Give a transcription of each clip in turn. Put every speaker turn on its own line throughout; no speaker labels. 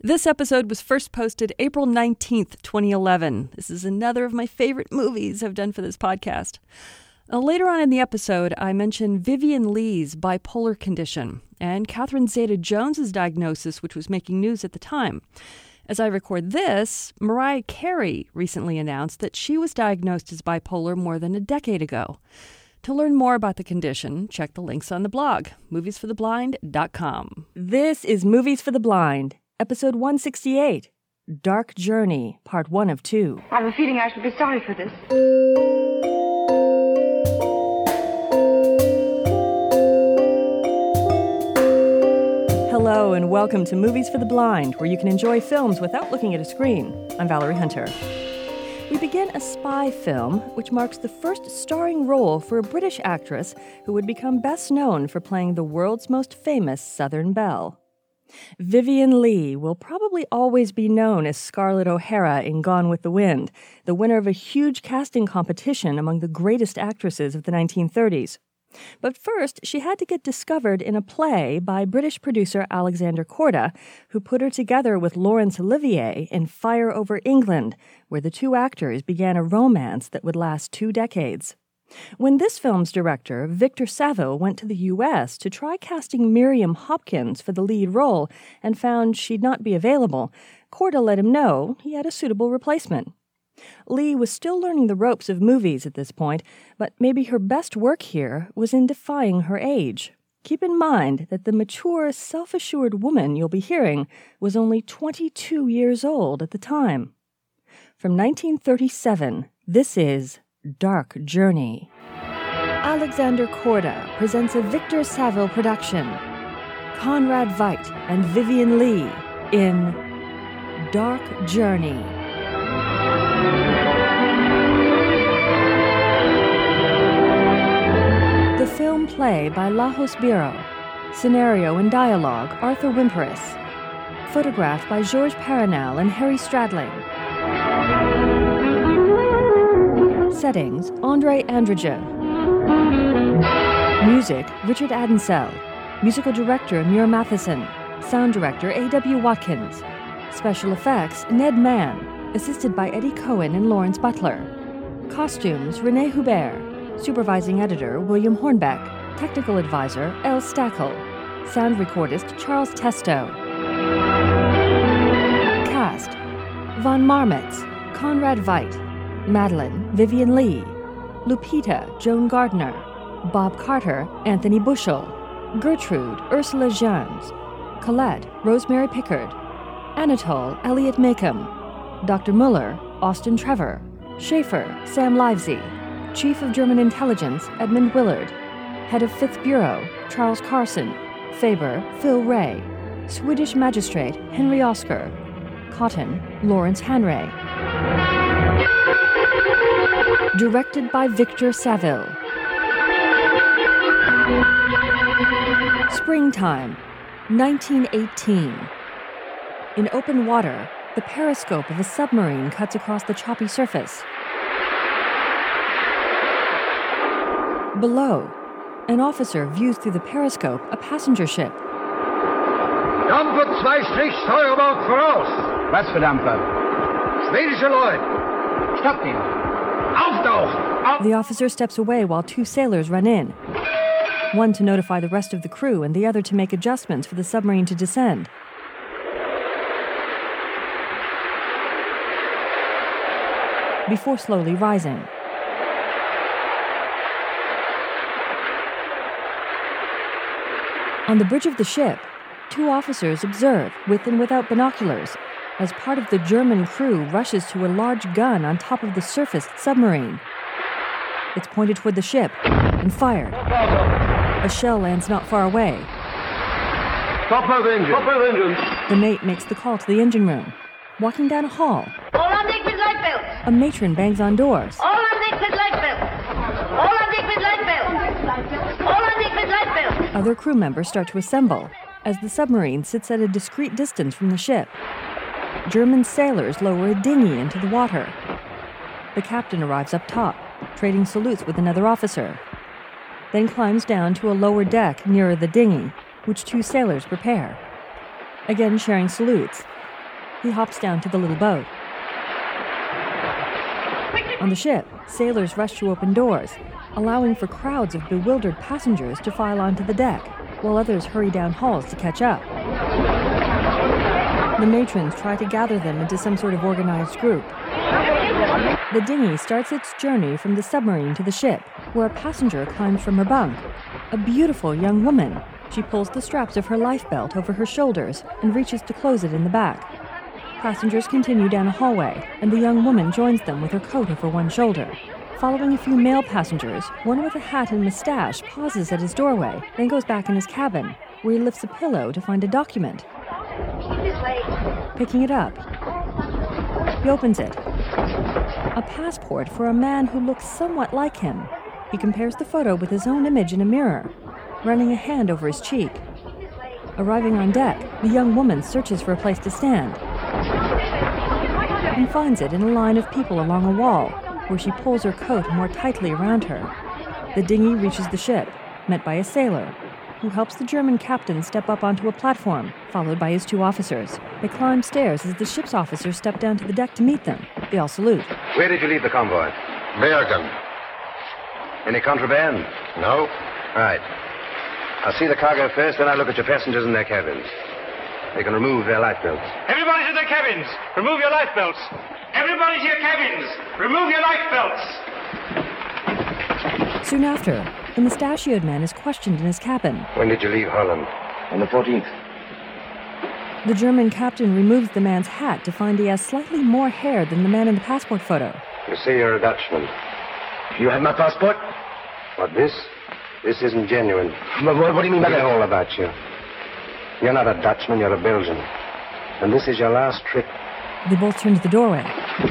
This episode was first posted April 19th, 2011. This is another of my favorite movies I've done for this podcast. Uh, Later on in the episode, I mention Vivian Lee's bipolar condition and Catherine Zeta Jones's diagnosis, which was making news at the time. As I record this, Mariah Carey recently announced that she was diagnosed as bipolar more than a decade ago. To learn more about the condition, check the links on the blog, moviesfortheblind.com. This is Movies for the Blind, episode 168 Dark Journey, part one of two.
I have a feeling I shall be sorry for this.
Hello, and welcome to Movies for the Blind, where you can enjoy films without looking at a screen. I'm Valerie Hunter. We begin a spy film, which marks the first starring role for a British actress who would become best known for playing the world's most famous Southern Belle. Vivian Lee will probably always be known as Scarlett O'Hara in Gone with the Wind, the winner of a huge casting competition among the greatest actresses of the 1930s. But first, she had to get discovered in a play by British producer Alexander Korda, who put her together with Laurence Olivier in Fire Over England, where the two actors began a romance that would last two decades. When this film's director, Victor Savo, went to the U.S. to try casting Miriam Hopkins for the lead role and found she'd not be available, Korda let him know he had a suitable replacement. Lee was still learning the ropes of movies at this point, but maybe her best work here was in defying her age. Keep in mind that the mature, self assured woman you'll be hearing was only 22 years old at the time. From 1937, this is Dark Journey. Alexander Korda presents a Victor Saville production. Conrad Veidt and Vivian Lee in Dark Journey. The film play by Lajos Biro. Scenario and dialogue Arthur Wimperis. Photograph by Georges Paranel and Harry Stradling. Settings Andre Androgen. Music Richard Adensell. Musical director Muir Matheson. Sound director A.W. Watkins. Special effects Ned Mann, assisted by Eddie Cohen and Lawrence Butler. Costumes Renee Hubert. Supervising editor William Hornbeck. Technical advisor L. Stackel. Sound recordist Charles Testo. Cast Von Marmitz, Conrad Veidt, Madeline Vivian Lee, Lupita Joan Gardner, Bob Carter Anthony Bushell, Gertrude Ursula Jans, Colette Rosemary Pickard, Anatole Elliot Makem, Dr. Muller, Austin Trevor, Schaefer, Sam Livesey, Chief of German Intelligence, Edmund Willard, Head of Fifth Bureau, Charles Carson, Faber, Phil Ray, Swedish Magistrate, Henry Oscar, Cotton, Lawrence Hanray. Directed by Victor Saville. Springtime, 1918. In open water, the periscope of a submarine cuts across the choppy surface. Below, an officer views through the periscope a passenger ship.
Dampfer zwei Strich Steuerbord voraus.
Was für Dampfer?
Schwedische Lloyd.
Stoppt ihn.
Auftauchen. Auf.
The officer steps away while two sailors run in. One to notify the rest of the crew, and the other to make adjustments for the submarine to descend. Before slowly rising. On the bridge of the ship, two officers observe, with and without binoculars, as part of the German crew rushes to a large gun on top of the surfaced submarine. It's pointed toward the ship and fired. A shell lands not far away.
Stop of engine. Stop of engine.
The mate makes the call to the engine room. Walking down a hall,
All undecked with light belts.
a matron bangs on doors.
All undecked with light belts. All undecked with light belts. All undecked with light belts.
Other crew members start to assemble as the submarine sits at a discreet distance from the ship. German sailors lower a dinghy into the water. The captain arrives up top, trading salutes with another officer, then climbs down to a lower deck nearer the dinghy, which two sailors prepare. Again sharing salutes, He hops down to the little boat. On the ship, sailors rush to open doors, allowing for crowds of bewildered passengers to file onto the deck, while others hurry down halls to catch up. The matrons try to gather them into some sort of organized group. The dinghy starts its journey from the submarine to the ship, where a passenger climbs from her bunk. A beautiful young woman. She pulls the straps of her life belt over her shoulders and reaches to close it in the back. Passengers continue down a hallway, and the young woman joins them with her coat over one shoulder. Following a few male passengers, one with a hat and mustache pauses at his doorway, then goes back in his cabin, where he lifts a pillow to find a document. Picking it up, he opens it. A passport for a man who looks somewhat like him. He compares the photo with his own image in a mirror, running a hand over his cheek. Arriving on deck, the young woman searches for a place to stand and finds it in a line of people along a wall, where she pulls her coat more tightly around her. The dinghy reaches the ship, met by a sailor, who helps the German captain step up onto a platform, followed by his two officers. They climb stairs as the ship's officers step down to the deck to meet them. They all salute.
Where did you leave the convoy?
Bergen.
Any contraband?
No.
Right. I'll see the cargo first, then I'll look at your passengers in their cabins. They can remove their life belts.
Everybody to their cabins. Remove your life belts. Everybody to your cabins. Remove your life belts.
Soon after, the mustachioed man is questioned in his cabin.
When did you leave Holland?
On the 14th.
The German captain removes the man's hat to find he has slightly more hair than the man in the passport photo.
You say you're a Dutchman.
You have my passport?
But this? This isn't genuine.
But what, what do you mean by
Forget
that?
all about you. You're not a Dutchman, you're a Belgian. And this is your last trip.
They both turn to the doorway.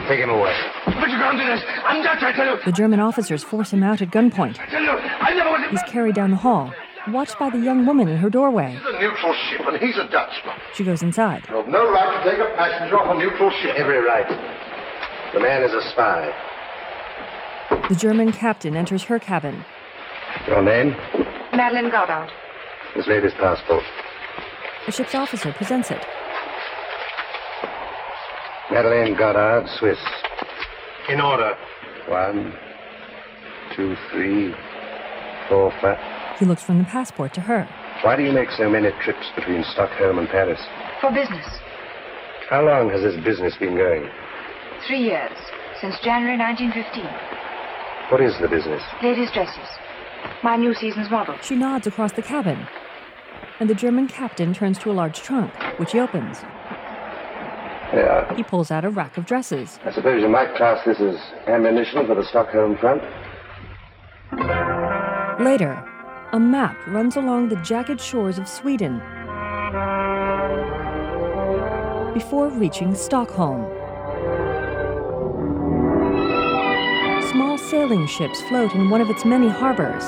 Take him away.
But you can't do this. I'm Dutch, I tell you.
The German officers force him out at gunpoint.
I tell you, I never was
He's carried down the hall, watched by the young woman in her doorway.
a neutral ship, and he's a Dutchman.
She goes inside.
You've no right to take a passenger off a neutral ship.
Every right. The man is a spy.
The German captain enters her cabin.
Your name?
Madeline Goddard.
This lady's passport.
A ship's officer presents it.
Madeleine Goddard, Swiss. In order. One, two, three, four, five.
He looks from the passport to her.
Why do you make so many trips between Stockholm and Paris?
For business.
How long has this business been going?
Three years. Since January 1915.
What is the business?
Ladies' dresses. My new season's model.
She nods across the cabin. And the German captain turns to a large trunk, which he opens.
Yeah.
He pulls out a rack of dresses.
I suppose you might class this as ammunition for the Stockholm front.
Later, a map runs along the jagged shores of Sweden before reaching Stockholm. Small sailing ships float in one of its many harbors.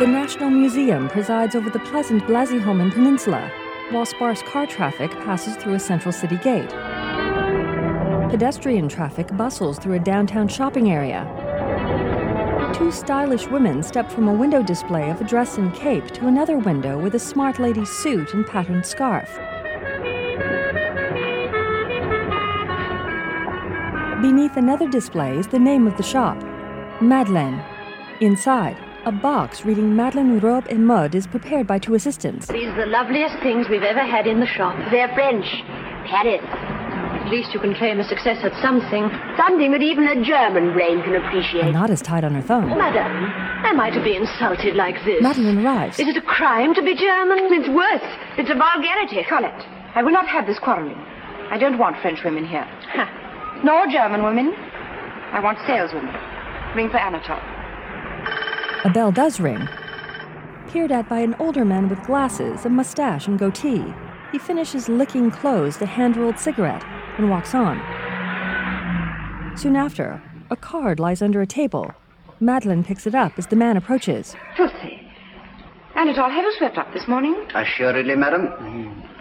The National Museum presides over the pleasant Blasieholmen Peninsula, while sparse car traffic passes through a central city gate. Pedestrian traffic bustles through a downtown shopping area. Two stylish women step from a window display of a dress and cape to another window with a smart lady's suit and patterned scarf. Beneath another display is the name of the shop Madeleine. Inside, a box reading Madeleine Robe et Mode is prepared by two assistants.
These are the loveliest things we've ever had in the shop. They're French. Paris. At least you can claim a success at something. Something that even a German brain can
A
appreciate.
knot is tied on her thumb.
Madame, am I to be insulted like this?
Madeleine arrives.
Is it a crime to be German? It's worse. It's a vulgarity. Colette, I will not have this quarreling. I don't want French women here. Nor German women. I want saleswomen. Ring for Anatole.
A bell does ring. Peered at by an older man with glasses, a mustache, and goatee, he finishes licking closed a hand rolled cigarette and walks on. Soon after, a card lies under a table. Madeline picks it up as the man approaches.
Filthy. Anatole, have you swept up this morning?
Assuredly, madam.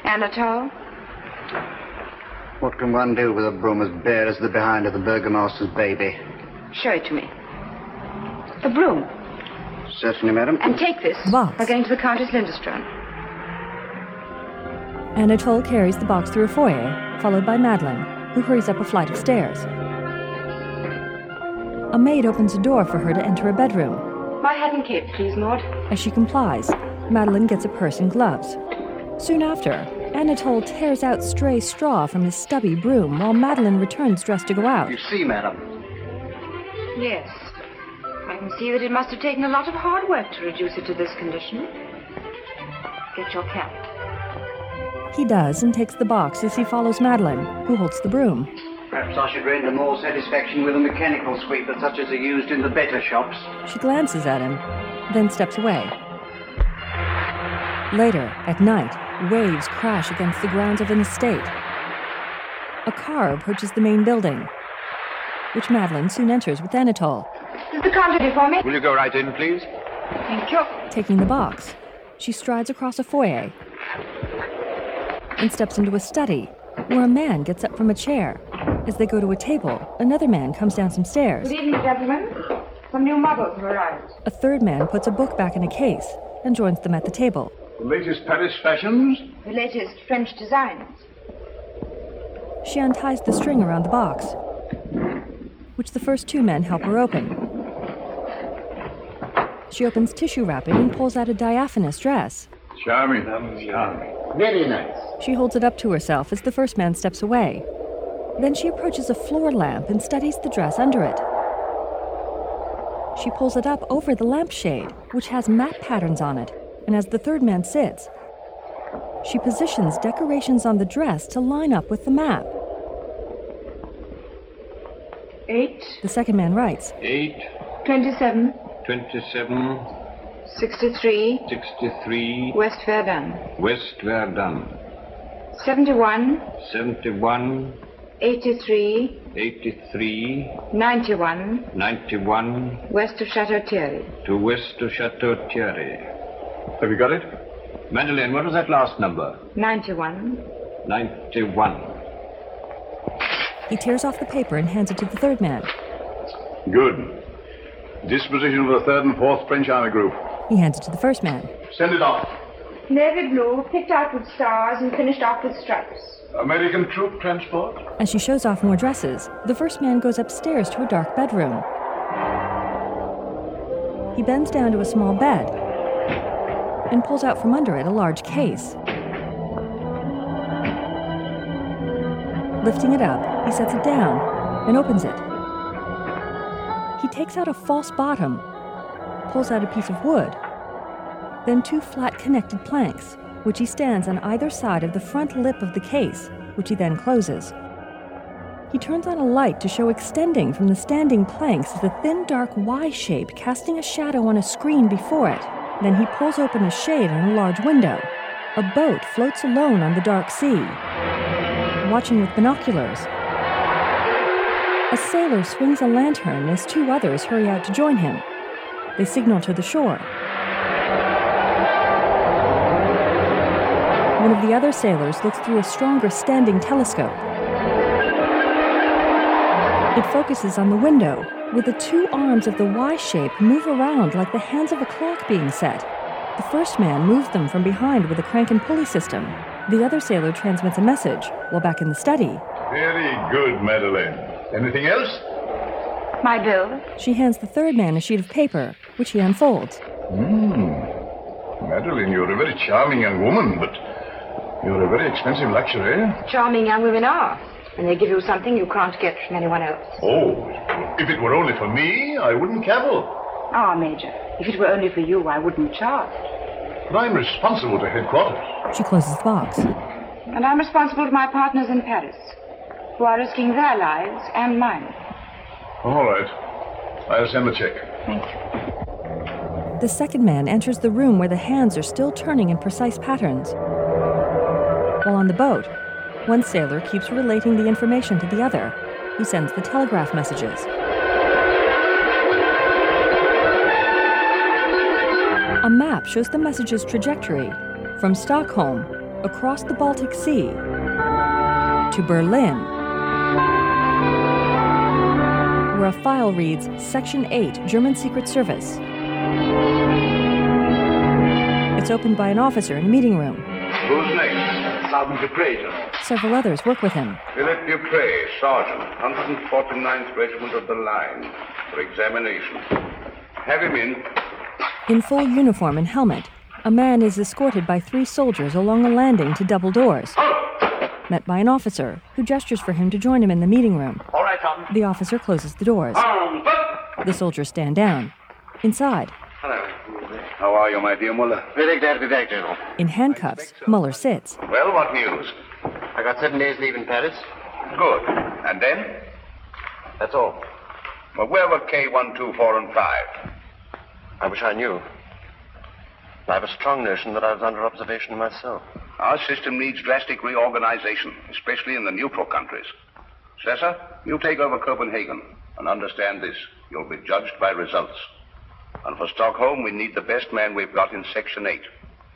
Anatole?
What can one do with a broom as bare as the behind of the burgomaster's baby?
Show it to me. The broom.
Certainly, madam.
And take this.
Box.
We're going to the Countess Lindestrom.
Anatole carries the box through a foyer, followed by Madeline, who hurries up a flight of stairs. A maid opens a door for her to enter a bedroom.
My hat and cape, please, Maud.
As she complies, Madeline gets a purse and gloves. Soon after, Anatole tears out stray straw from his stubby broom while Madeline returns dressed to go out.
You see, madam.
Yes. I can see that it must have taken a lot of hard work to reduce it to this condition. Get your cap.
He does and takes the box as he follows Madeline, who holds the broom.
Perhaps I should render more satisfaction with a mechanical sweeper such as are used in the better shops.
She glances at him, then steps away. Later, at night, waves crash against the grounds of an estate. A car approaches the main building, which Madeline soon enters with Anatole,
Is the Countess for me?
Will you go right in, please?
Thank you.
taking the box. She strides across a foyer and steps into a study, where a man gets up from a chair. As they go to a table, another man comes down some stairs.
Good evening, gentlemen. Some new muggles have arrived.
A third man puts a book back in a case and joins them at the table.
The latest Paris fashions?
The latest French designs.
She unties the string around the box, which the first two men help her open. She opens tissue wrapping and pulls out a diaphanous dress.
Charming. Charming.
Very nice.
She holds it up to herself as the first man steps away. Then she approaches a floor lamp and studies the dress under it. She pulls it up over the lampshade, which has matte patterns on it, and as the third man sits, she positions decorations on the dress to line up with the map.
Eight,
The second man writes,
8,
twenty-seven,
27,
sixty-three,
63,
West Verdun.
West Verdun.
Seventy-one,
71,
eighty-three,
83,
ninety-one,
91
west of Chateau Thierry.
to west of Chateau Thierry.
Have you got it?
Madeleine, what was that last number?
Ninety-one.
91.
He tears off the paper and hands it to the third man.
Good. Disposition of the third and fourth French army group.
He hands it to the first man.
Send it off.
Navy blue, picked out with stars and finished off with stripes.
American troop transport?
As she shows off more dresses, the first man goes upstairs to a dark bedroom. He bends down to a small bed and pulls out from under it a large case. Lifting it up, he sets it down and opens it. He takes out a false bottom, pulls out a piece of wood, then two flat connected planks, which he stands on either side of the front lip of the case, which he then closes. He turns on a light to show extending from the standing planks is a thin, dark Y shape casting a shadow on a screen before it. Then he pulls open a shade on a large window. A boat floats alone on the dark sea, watching with binoculars. A sailor swings a lantern as two others hurry out to join him. They signal to the shore. One of the other sailors looks through a stronger standing telescope. It focuses on the window, where the two arms of the Y shape move around like the hands of a clock being set. The first man moves them from behind with a crank and pulley system. The other sailor transmits a message, while back in the study,
Very good, Madeleine. Anything else?
My bill.
she hands the third man a sheet of paper, which he unfolds.
Madeline, you're a very charming young woman, but you're a very expensive luxury.
Charming young women are. And they give you something you can't get from anyone else.
Oh, if it were only for me, I wouldn't cavil.
Ah, Major. If it were only for you, I wouldn't charge.
But I'm responsible to headquarters.
She closes the box.
And I'm responsible to my partners in Paris, who are risking their lives and mine.
All right. I'll send the check.
The second man enters the room where the hands are still turning in precise patterns. While on the boat, one sailor keeps relating the information to the other, who sends the telegraph messages. A map shows the message's trajectory from Stockholm across the Baltic Sea to Berlin, where a file reads Section 8 German Secret Service. It's opened by an officer in a meeting room.
Who's next? Sergeant Dupre,
Several others work with him.
Philip Dupre, Sergeant, 149th Regiment of the Line, for examination. Have him in.
In full uniform and helmet, a man is escorted by three soldiers along a landing to double doors.
Oh!
Met by an officer, who gestures for him to join him in the meeting room.
All right, Tom.
The officer closes the doors. The soldiers stand down. Inside,
Hello. How are you, my dear Muller?
Very glad to be back, General.
in handcuffs, Muller sits.
Well, what news?
I got seven days leave in Paris.
Good. And then?
That's all.
Well, where were K124 and 5?
I wish I knew. I have a strong notion that I was under observation myself.
Our system needs drastic reorganization, especially in the neutral countries. Cesar, you take over Copenhagen and understand this. You'll be judged by results. And for Stockholm, we need the best man we've got in Section 8.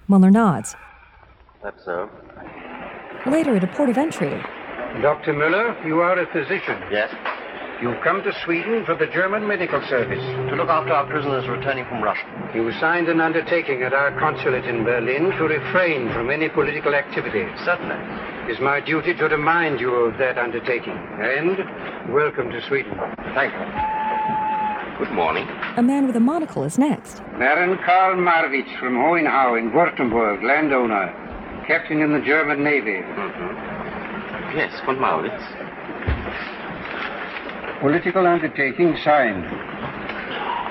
Muller nods.
That's so.
Later, at a port of entry,
Dr. Müller, you are a physician.
Yes?
You've come to Sweden for the German medical service.
To look after our prisoners returning from Russia.
You signed an undertaking at our consulate in Berlin to refrain from any political activity.
Certainly.
It is my duty to remind you of that undertaking. And welcome to Sweden.
Thank you. Good morning.
a man with a monocle is next.
Baron Karl Marwitz from Hohenau in Württemberg, landowner, captain in the German Navy.
Yes, von Maurits.
Political undertaking signed.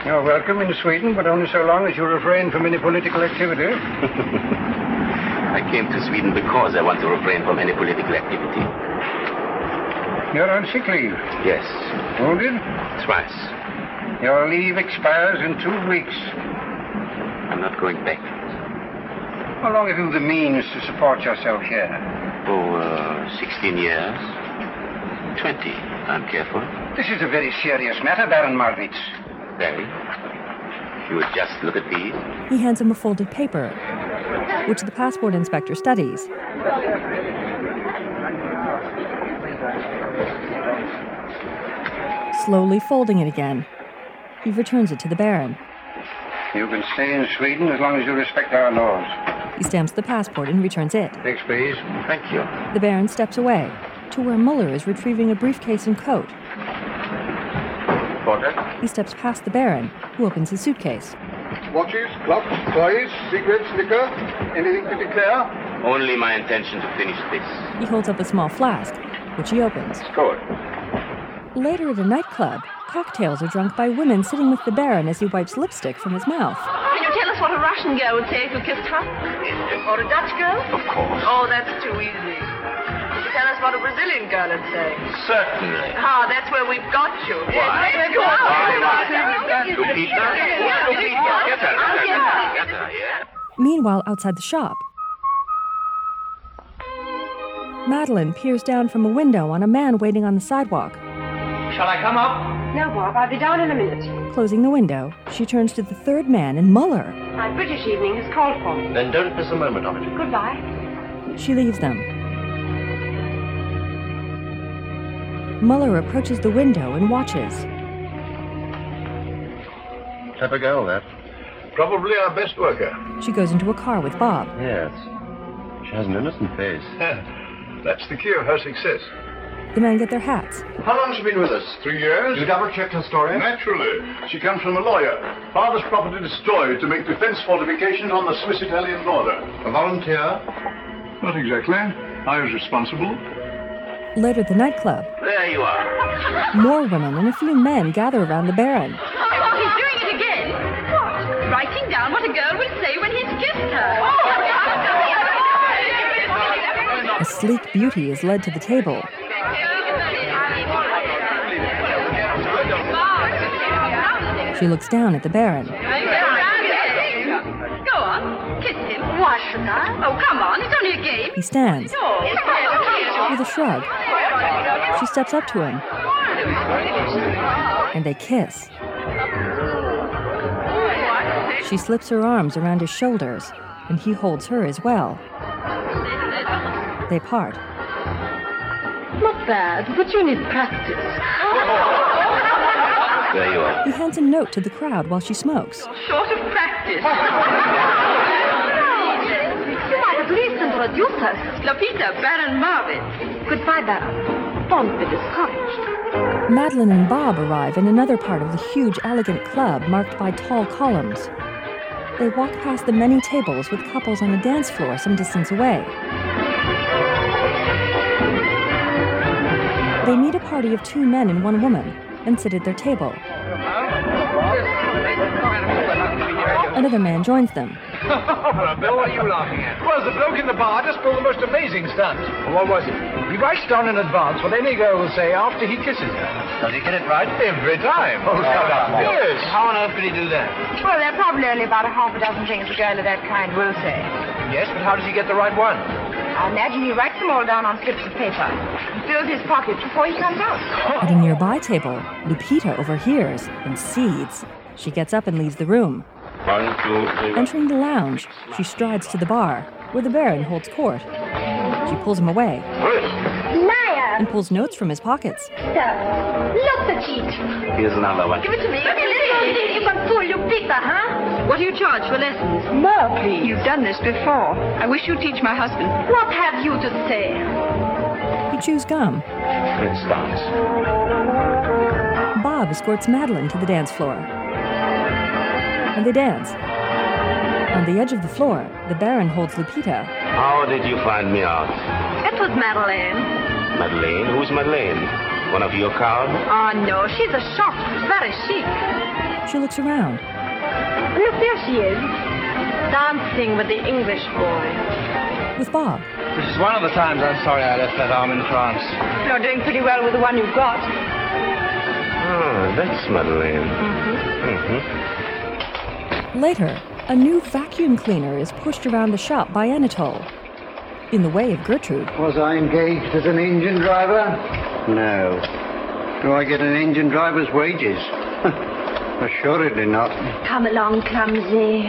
You're welcome in Sweden, but only so long as you refrain from any political activity.
I came to Sweden because I want to refrain from any political activity.
You're on sick leave.
Yes,
Wounded?
twice.
Your leave expires in two weeks.
I'm not going back.
How long have you the means to support yourself here?
Oh, uh, 16 years. 20. I'm careful.
This is a very serious matter, Baron Marwitz.
Very. You would just look at these.
He hands him a folded paper, which the passport inspector studies. Slowly folding it again, he returns it to the Baron.
You can stay in Sweden as long as you respect our laws.
He stamps the passport and returns it.
Next, please.
Thank you.
The Baron steps away to where Muller is retrieving a briefcase and coat.
Porter?
He steps past the Baron, who opens his suitcase.
Watches, clocks, toys, cigarettes, liquor. Anything to declare?
Only my intention to finish this.
He holds up a small flask, which he opens.
Good.
Later at a nightclub, cocktails are drunk by women sitting with the Baron as he wipes lipstick from his mouth.
Can you tell us what a Russian girl would say if you kissed her? Or a Dutch girl?
Of course.
Oh, that's too easy. Tell us what a Brazilian girl would say.
Certainly.
Ah, that's where we've got you.
Why?
Let's go.
To Peter?
Yeah.
To Peter. Yes, sir.
I'll get her.
Yes, sir. Yeah.
Meanwhile, outside the shop, Madeline peers down from a window on a man waiting on the sidewalk.
Shall I come up?
No, Bob, I'll be down in a minute.
Closing the window, she turns to the third man and Muller.
My British evening has called for me.
Then don't miss a moment of it.
Goodbye.
She leaves them. Muller approaches the window and watches.
Clever girl, that.
Probably our best worker.
She goes into a car with Bob.
Yes. She has an innocent face.
That's the key of her success.
The men get their hats.
How long's she been with us? Three years.
You double checked her story?
Naturally. She comes from a lawyer. Father's property destroyed to make defense fortifications on the Swiss-Italian border.
A volunteer?
Not exactly. I was responsible.
Later at the nightclub,
There you are.
more women and a few men gather around the Baron.
Oh, he's doing it again. What? Writing down what a girl would say when he's kissed her.
A sleek beauty is led to the table. She looks down at the Baron.
Go on, kiss him. Why should I? Oh, come on, it's only a game.
He stands.
Oh,
With a shrug, she steps up to him. And they kiss. She slips her arms around his shoulders, and he holds her as well. They part.
Not bad, but you need practice.
There you are.
He hands a note to the crowd while she smokes.
Short of practice.
Jupas, Lopita, Baron Marvin. Goodbye, Baron. Bond with his cottage.
Madeline and Bob arrive in another part of the huge, elegant club marked by tall columns. They walk past the many tables with couples on a dance floor some distance away. They meet a party of two men and one woman and sit at their table. Another man joins them.
Bill, what are you laughing at? Well, the bloke in the bar just pulled the most amazing stunt. What was it? He writes down in advance what any girl will say after he kisses her. Does he get it right? Every time. Oh, shut up, Bill. Yes. How on earth could he do that?
Well, there are probably only about a half a dozen things a girl of that kind will say.
Yes, but how does he get the right one?
I imagine he writes them all down on slips of paper and fills his pockets before he comes out.
At a nearby table, Lupita overhears and seeds. She gets up and leaves the room.
One, two, three.
Entering the lounge, she strides to the bar, where the Baron holds court. She pulls him away
Liar!
and pulls notes from his pockets.
Look the cheat!
Here's another one.
Give it to me! Give me this! You can fool, you pizza, huh?
What do you charge for lessons? More, please. You've done this before. I wish you'd teach my husband.
What have you to say?
He chews gum.
It starts.
Bob escorts Madeline to the dance floor. And they dance. On the edge of the floor, the Baron holds Lupita.
How did you find me out?
It was Madeleine.
Madeleine? Who's Madeleine? One of your crowd?
Oh, no, she's a shop. Very chic.
She looks around.
Look, there she is. Dancing with the English boy.
With Bob,
This is one of the times I'm sorry I left that arm in France.
You're doing pretty well with the one you've got.
Ah, that's Madeleine.
later, a new vacuum cleaner is pushed around the shop by Anatole. In the way of Gertrude,
Was I engaged as an engine driver? No. Do I get an engine driver's wages? Assuredly not.
Come along, clumsy.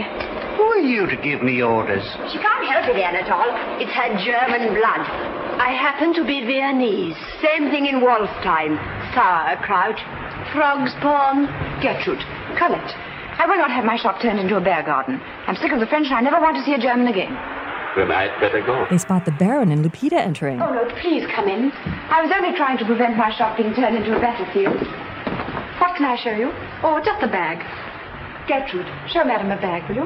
Who are you to give me orders?
She can't help it, Anatole. It's her German blood. I happen to be Viennese.
Same thing in Wall's time. Sauerkraut, frog's pawn. Gertrude, Colette, I will not have my shop turned into a bear garden. I'm sick of the French and I never want to see a German again.
Then I'd better go.
they spot the Baron and Lupita entering.
Oh, no, please come in.
I was only trying to prevent my shop being turned into a battlefield. What can I show you?
Oh, just a bag.
Gertrude, show Madame a bag, will you?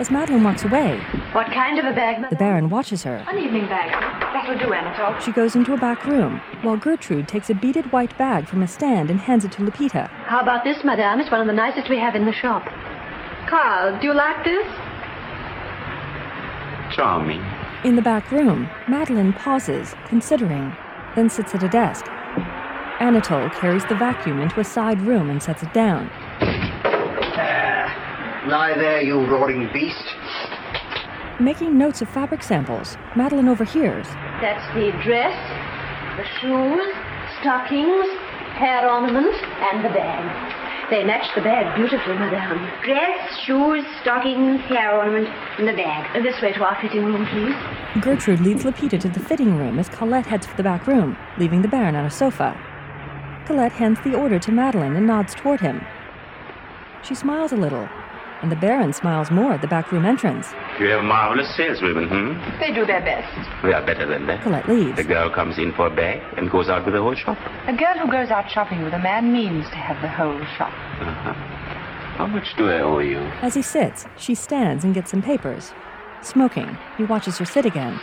As Madeline walks away,
What kind of a bag?
the Baron watches her.
An evening bag.
That'll do, Anatole.
She goes into a back room, while Gertrude takes a beaded white bag from a stand and hands it to Lupita.
How about this, madame? It's one of the nicest we have in the shop. Carl, do you like this?
Charming.
In the back room, Madeline pauses, considering, then sits at a desk. Anatole carries the vacuum into a side room and sets it down.
Lie there, you roaring beast.
Making notes of fabric samples, Madeline overhears.
That's the dress, the shoes, stockings, hair ornament, and the bag. They match the bag beautifully, madame. Dress, shoes, stockings, hair ornament, and the bag. This way to our fitting room, please.
Gertrude leads Lupita to the fitting room as Colette heads for the back room, leaving the Baron on a sofa. Colette hands the order to Madeline and nods toward him. She smiles a little, and the Baron smiles more at the back room entrance.
You have marvelous saleswomen, hmm?
They do their best.
They are better than that.
Colette leaves.
The girl comes in for a bag and goes out with the whole shop.
A girl who goes out shopping with a man means to have the whole shop.
How much do I owe you?
As he sits, she stands and gets some papers. Smoking, he watches her sit again.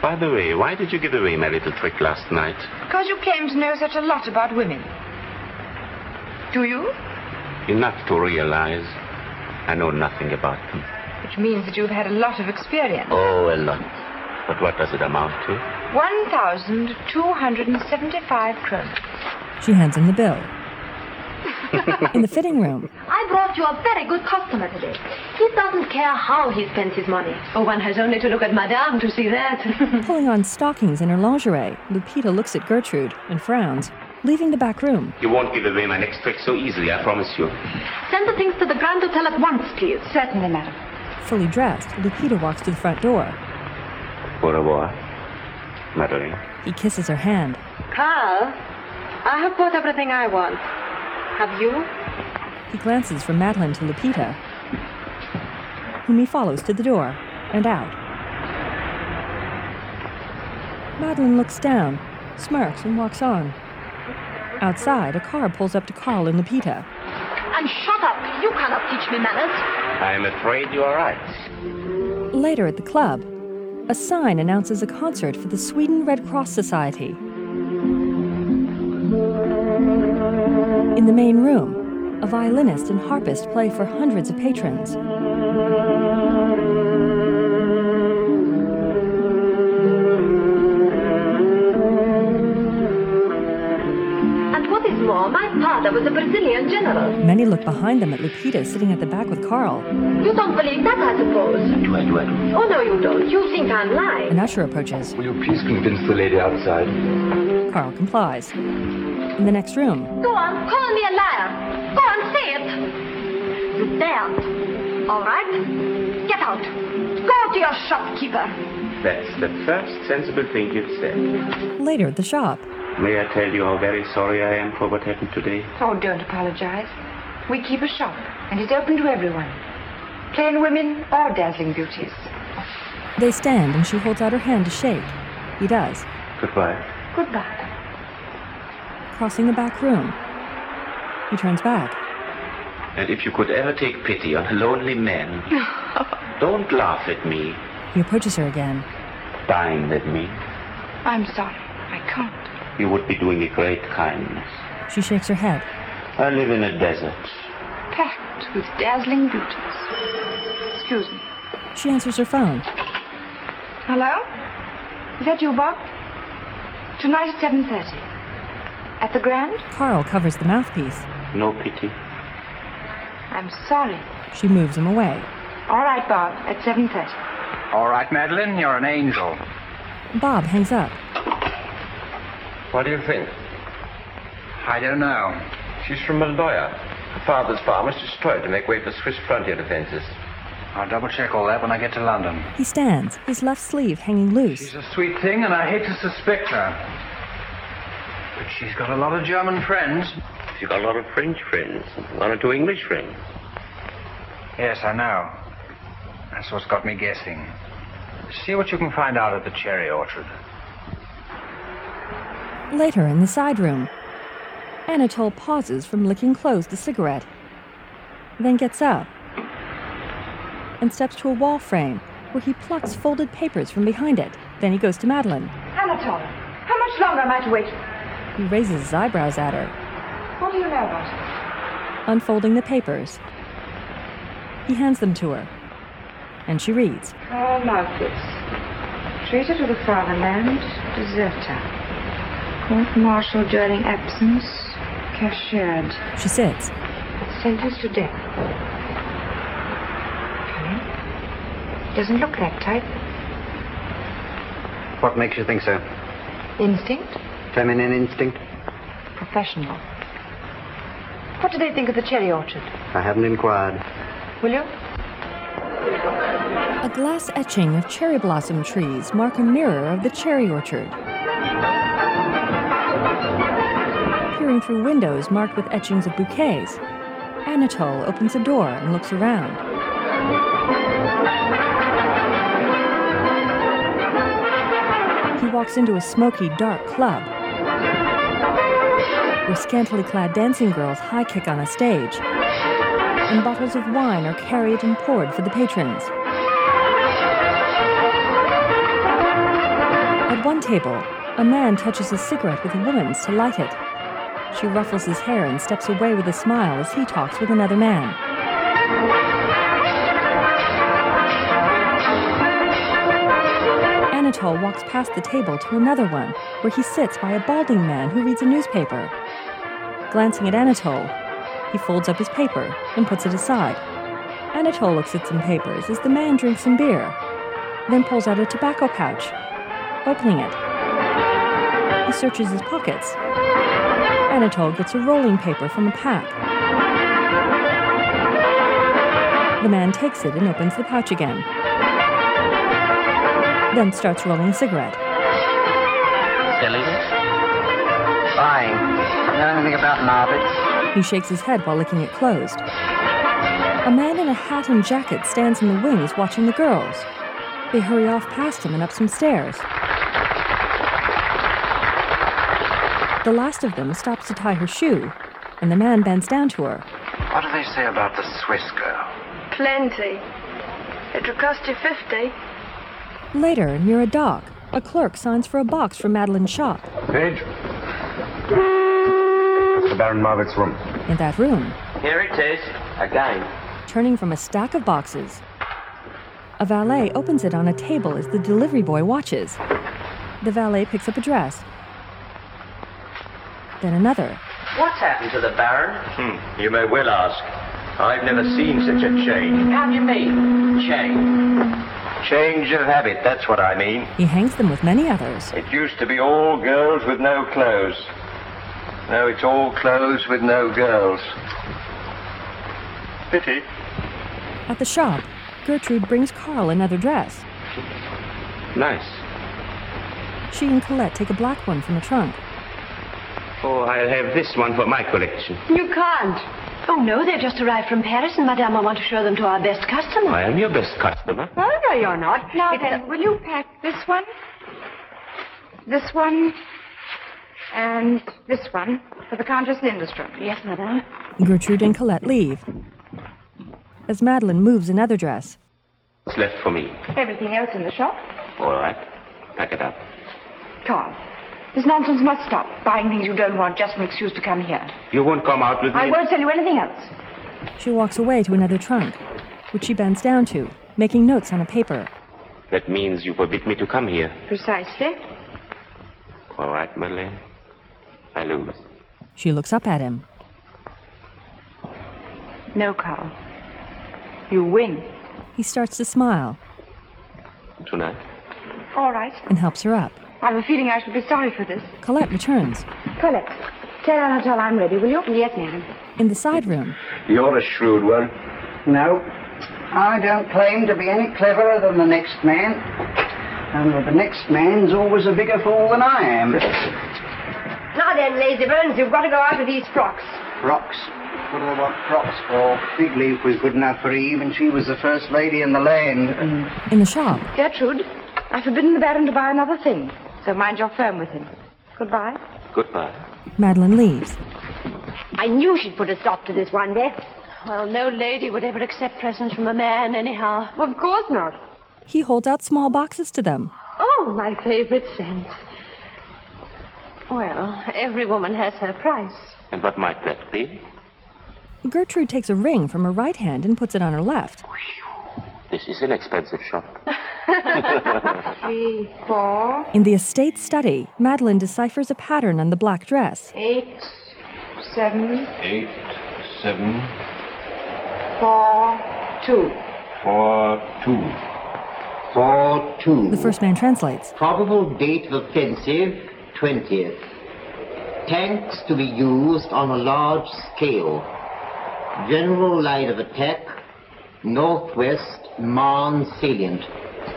By the way, why did you give away my little trick last night?
Because you claim to know such a lot about women. Do you?
Enough to realize I know nothing about them.
Which means that you've had a lot of experience.
Oh, a lot. But what does it amount to?
1,275 kroner.
She hands him the bill. In the fitting room,
I brought you a very good customer today. He doesn't care how he spends his money. Oh, one has only to look at Madame to see that.
pulling on stockings and her lingerie, Lupita looks at Gertrude and frowns, leaving the back room.
You won't give away my next trick so easily, I promise you.
Send the things to the Grand Hotel at once, please.
Certainly, madam.
Fully dressed, Lupita walks to the front door.
Au revoir, Madeline.
He kisses her hand.
Carl, I have bought everything I want. Have you?
He glances from Madeline to Lupita. whom he follows to the door and out. Madeline looks down, smirks, and walks on. Outside, a car pulls up to Carl and Lupita.
And shut up. You cannot teach me manners.
I'm afraid you are right.
Later at the club, a sign announces a concert for the Sweden Red Cross Society. In the main room, a violinist and harpist play for hundreds of patrons.
And what is more, my father was a Brazilian general.
Many look behind them at Lupita sitting at the back with Carl.
You don't believe that, I suppose.
Do I do
Oh, no, you don't. You think I'm lying.
An usher approaches.
Will you please convince the lady outside?
Carl complies. In the next room,
Go on, call me a liar. Go on, say it. You daren't. All right? Get out. Go to your shopkeeper.
That's the first sensible thing you've said.
later at the shop,
May I tell you how very sorry I am for what happened today?
Oh, don't apologize. We keep a shop, and it's open to everyone. Plain women or dazzling beauties.
they stand and she holds out her hand to shake. He does,
Goodbye.
Goodbye.
crossing the back room. He turns back.
And if you could ever take pity on a lonely man, don't laugh at me,
He approaches her again.
dine at me.
I'm sorry. I can't.
You would be doing me great kindness.
She shakes her head.
I live in a desert.
Packed with dazzling beauties. Excuse me.
She answers her phone.
Hello? Is that you, Bob? Tonight at 7.30. At the Grand?
Carl covers the mouthpiece.
No pity.
I'm sorry.
She moves him away.
All right, Bob. At 7.30.
All right, Madeline, you're an angel.
Bob hangs up.
What do you think? I don't know.
She's from Maldoya. Her father's farm was destroyed to make way for Swiss frontier defenses.
I'll double check all that when I get to London.
He stands, his left sleeve hanging loose.
She's a sweet thing, and I hate to suspect her. But she's got a lot of German friends.
You've got a lot of French friends, one or two English friends.
Yes, I know. That's what's got me guessing. See what you can find out at the cherry orchard.
Later in the side room, Anatole pauses from licking closed a cigarette, then gets up and steps to a wall frame where he plucks folded papers from behind it. Then he goes to Madeline.
Anatole, how much longer am I to wait?
He raises his eyebrows at her,
What do you know about it?
unfolding the papers. He hands them to her, and she reads.
Carl Malthus. Traitor to the fatherland, deserter. Court martial during absence, cashiered.
She sits.
Sentenced to death. Funny. Doesn't look that type.
What makes you think so?
Instinct?
Feminine instinct?
Professional. What do they think of the cherry orchard?
I haven't inquired.
Will you?
A glass etching of cherry blossom trees mark a mirror of the cherry orchard. Peering through windows marked with etchings of bouquets, Anatole opens a door and looks around. He walks into a smoky, dark club where scantily clad dancing girls high kick on a stage, and bottles of wine are carried and poured for the patrons. At one table, a man touches his cigarette with a woman's to light it. She ruffles his hair and steps away with a smile as he talks with another man. Anatole walks past the table to another one, where he sits by a balding man who reads a newspaper. Glancing at Anatole, he folds up his paper and puts it aside. Anatole looks at some papers as the man drinks some beer, then pulls out a tobacco pouch opening it. He searches his pockets. Anatole gets a rolling paper from a pack. The man takes it and opens the pouch again. Then starts rolling a cigarette.
Selling Buying. Know anything about Marvitz?
He shakes his head while licking it closed. A man in a hat and jacket stands in the wings watching the girls. They hurry off past him and up some stairs. The last of them stops to tie her shoe, and the man bends down to her.
What do they say about the Swiss girl?
Plenty. It'll cost you fifty.
Later, near a dock, a clerk signs for a box from Madeline's shop.
Page. The Baron Marvick's room.
In that room,
Here it is. Again.
turning from a stack of boxes, a valet opens it on a table as the delivery boy watches. The valet picks up a dress, then another.
What's happened to the Baron? Hmm, you may well ask. I've never seen such a change. How do you mean, change?
Change of habit, that's what I mean.
He hangs them with many others.
It used to be all girls with no clothes. Now it's all clothes with no girls. Pity.
At the shop, Gertrude brings Carl another dress.
Nice.
She and Colette take a black one from a trunk.
Oh, I'll have this one for my collection.
You can't. Oh, no, they've just arrived from Paris, and Madame, I want to show them to our best customer.
I am your best customer.
Oh, no, you're not.
Now
It's
then,
a- will you pack this one? This one. And this one for the Countess Lindström. Yes, madame.
Gertrude and Colette leave. As Madeline moves another dress,
What's left for me?
Everything else in the shop?
All right. Pack it up.
Carl, this nonsense must stop. Buying things you don't want just an excuse to come here.
You won't come out with me.
I won't sell you anything else.
she walks away to another trunk, which she bends down to, making notes on a paper.
That means you forbid me to come here.
Precisely.
All right, Madeleine. I lose.
She looks up at him.
No, Carl. You win.
He starts to smile
Tonight.
All right.
and helps her up.
I've a feeling I shall be sorry for this.
Colette returns.
Colette, tell her until I'm ready, will you? Yes, madam.
In the side room,
You're a shrewd one.
No. I don't claim to be any cleverer than the next man. And the next man's always a bigger fool than I am.
Now then, lazy bones, you've got to go out with these frocks.
Rocks. What do they want rocks for? Big Leaf was good enough for Eve, and she was the first lady in the land.
in the shop,
Gertrude, I've forbidden the Baron to buy another thing, so mind your firm with him. Goodbye.
Goodbye.
Madeline leaves.
I knew she'd put a stop to this one day. Well, no lady would ever accept presents from a man, anyhow. Of course not.
He holds out small boxes to them.
Oh, my favorite scent. Well, every woman has her price.
And what might that be?
Gertrude takes a ring from her right hand and puts it on her left.
This is an expensive shop.
Three, four,
In the estate study, Madeline deciphers a pattern on the black dress.
eight, seven,
Eight, seven,
four, two.
four, two.
Four two.
The first man translates.
Probable date of offensive, 20th. Tanks to be used on a large scale. General line of attack, northwest Marne salient.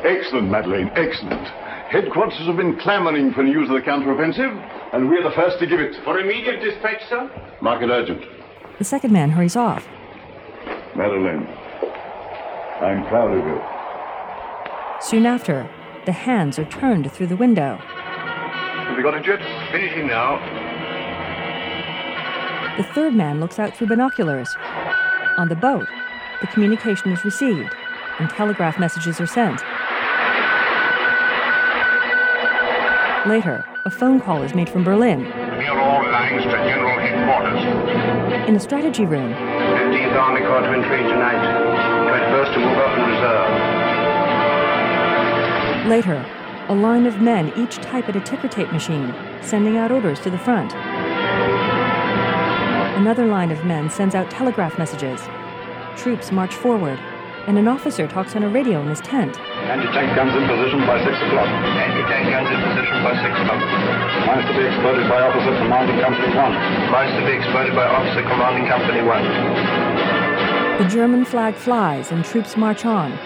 Excellent, Madeleine, excellent. Headquarters have been clamoring for news of the counteroffensive, and we're the first to give it. For immediate dispatch, sir? Mark it urgent.
The second man hurries off.
Madeleine, I'm proud of you.
Soon after, the hands are turned through the window.
Have you got it, Jet? Finishing now.
The third man looks out through binoculars. On the boat, the communication is received, and telegraph messages are sent. Later, a phone call is made from Berlin.
Clear all lines to General Headquarters.
In the strategy room,
15th Army Corps to entry tonight. 21st to move up in reserve.
later, a line of men each type at a ticker tape machine, sending out orders to the front. Another line of men sends out telegraph messages. Troops march forward, and an officer talks on a radio in his tent.
Anti-tank guns in position by 6 o'clock. Anti-tank guns in position by 6 o'clock. Mines to be exploded by Officer Commanding Company 1. Mines to be exploded by Officer Commanding Company 1.
The German flag flies and troops march on.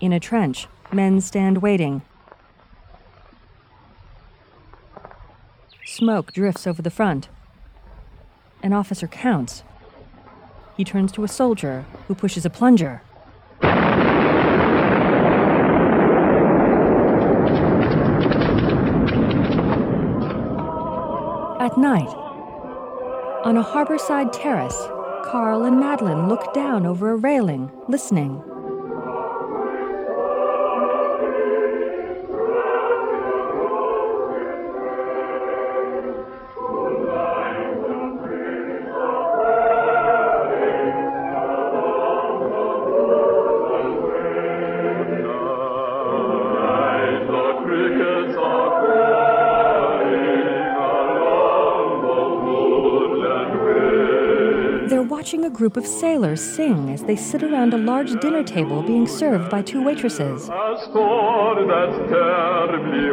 In a trench, men stand waiting. Smoke drifts over the front. An officer counts. He turns to a soldier who pushes a plunger. At night, on a harborside terrace, Carl and Madeline look down over a railing, listening. They're watching a group of sailors sing as they sit around a large dinner table being served by two waitresses.
that's terribly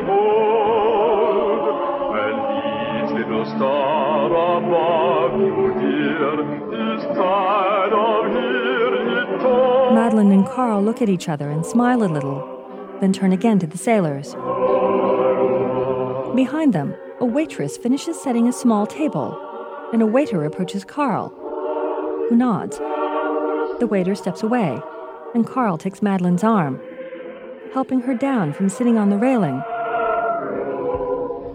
old. When each little star above you, dear, is tired of hearing it told.
Madeline and Carl look at each other and smile a little, then turn again to the sailors. Behind them, a waitress finishes setting a small table, and a waiter approaches Carl, who nods. The waiter steps away, and Carl takes Madeline's arm, helping her down from sitting on the railing.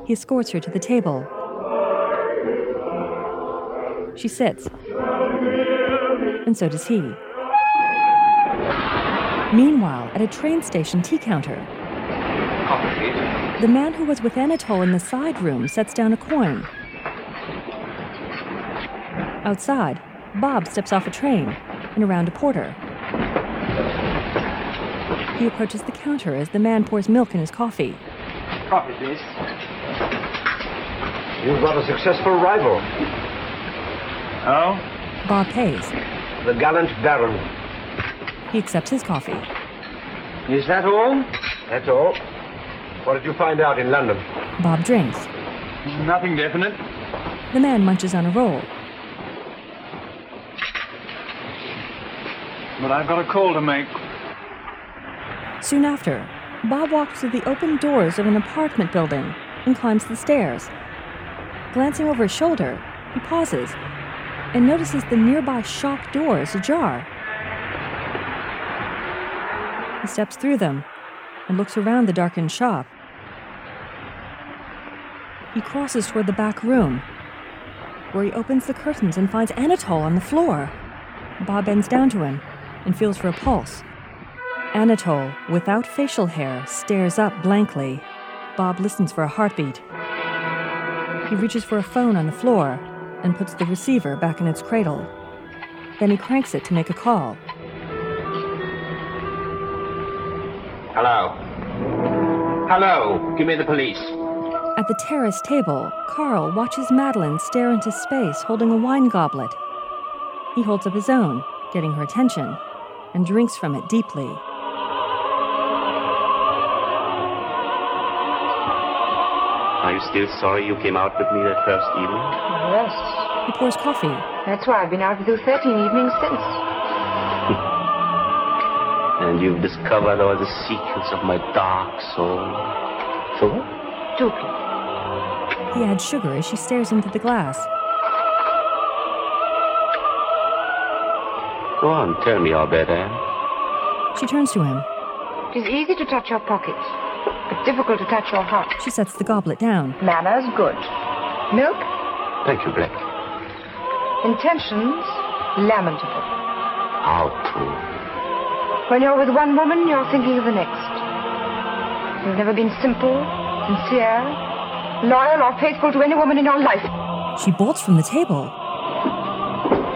He escorts her to the table. She sits, and so does he. Meanwhile, at a train station tea counter, the man who was with Anatole in the side room sets down a coin. Outside, Bob steps off a train and around a porter. He approaches the counter as the man pours milk in his coffee.
Copy, please. You've got a successful rival. Oh?
Bob pays.
The gallant Baron.
He accepts his coffee.
Is that all? That's all. What did you find out in London?
Bob drinks.
Nothing definite.
The man munches on a roll.
But I've got a call to make.
Soon after, Bob walks through the open doors of an apartment building and climbs the stairs. Glancing over his shoulder, he pauses and notices the nearby shop doors ajar. He steps through them and looks around the darkened shop. He crosses toward the back room, where he opens the curtains and finds Anatole on the floor. Bob bends down to him and feels for a pulse. Anatole, without facial hair, stares up blankly. Bob listens for a heartbeat. He reaches for a phone on the floor and puts the receiver back in its cradle. Then he cranks it to make a call.
Hello. Hello. Give me the police.
At the terrace table, Carl watches Madeline stare into space holding a wine goblet. He holds up his own, getting her attention, and drinks from it deeply.
Are you still sorry you came out with me that first evening?
Yes.
He pours coffee.
That's why I've been out with you 13 evenings since.
And you've discovered all the secrets of my dark soul. So what?
Two, please.
He adds sugar as she stares into the glass.
Go on, tell me eh? how bad I am.
She turns to him.
It is easy to touch your pockets, but difficult to touch your heart.
She sets the goblet down.
Manners, good. Milk,
Thank you, Black.
intentions, lamentable.
How true.
When you're with one woman, you're thinking of the next. You've never been simple, sincere, loyal, or faithful to any woman in your life.
She bolts from the table.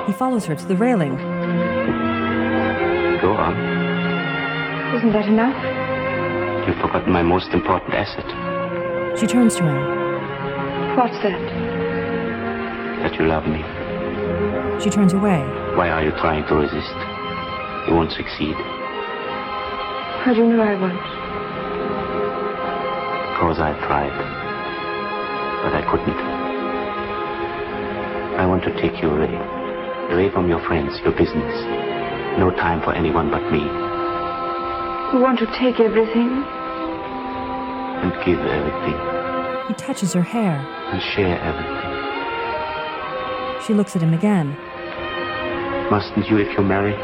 He follows her to the railing.
Go on.
Isn't that enough?
You forgot my most important asset
She turns to him.
What's that?
that you love me.
She turns away.
Why are you trying to resist? You won't succeed
How do you know I won't?
because I tried. But I couldn't. I want to take you away. Away from your friends, your business. No time for anyone but me.
You want to take everything?
And give everything.
He touches her hair.
And share everything.
She looks at him again.
mustn't you, if you marry?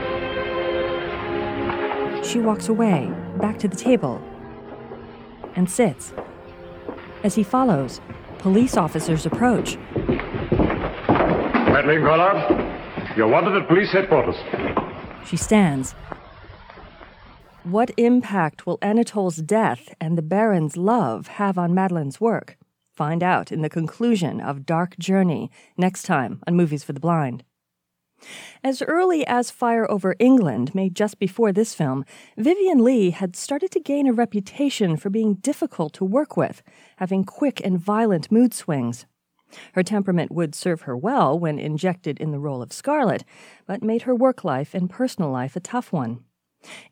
She walks away, back to the table, and sits. As he follows, police officers approach.
Madeline Collard, you're wanted at police headquarters.
She stands. What impact will Anatole's death and the Baron's love have on Madeline's work? Find out in the conclusion of Dark Journey next time on Movies for the Blind. As early as Fire Over England, made just before this film, Vivian Lee had started to gain a reputation for being difficult to work with, having quick and violent mood swings. Her temperament would serve her well when injected in the role of Scarlet, but made her work life and personal life a tough one.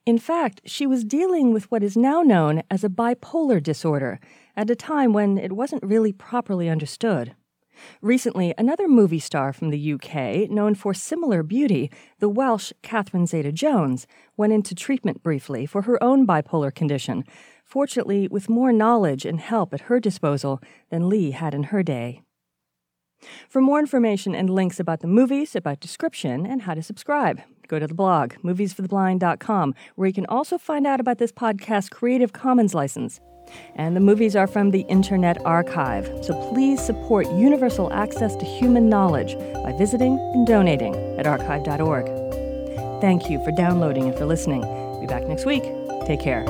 In fact, she was dealing with what is now known as a bipolar disorder at a time when it wasn't really properly understood. Recently, another movie star from the UK, known for similar beauty, the Welsh Catherine Zeta Jones, went into treatment briefly for her own bipolar condition, fortunately, with more knowledge and help at her disposal than Lee had in her day. For more information and links about the movies, about description, and how to subscribe, go to the blog, moviesfortheblind.com, where you can also find out about this podcast's Creative Commons license. And the movies are from the Internet Archive, so please support universal access to human knowledge by visiting and donating at archive.org. Thank you for downloading and for listening. Be back next week. Take care.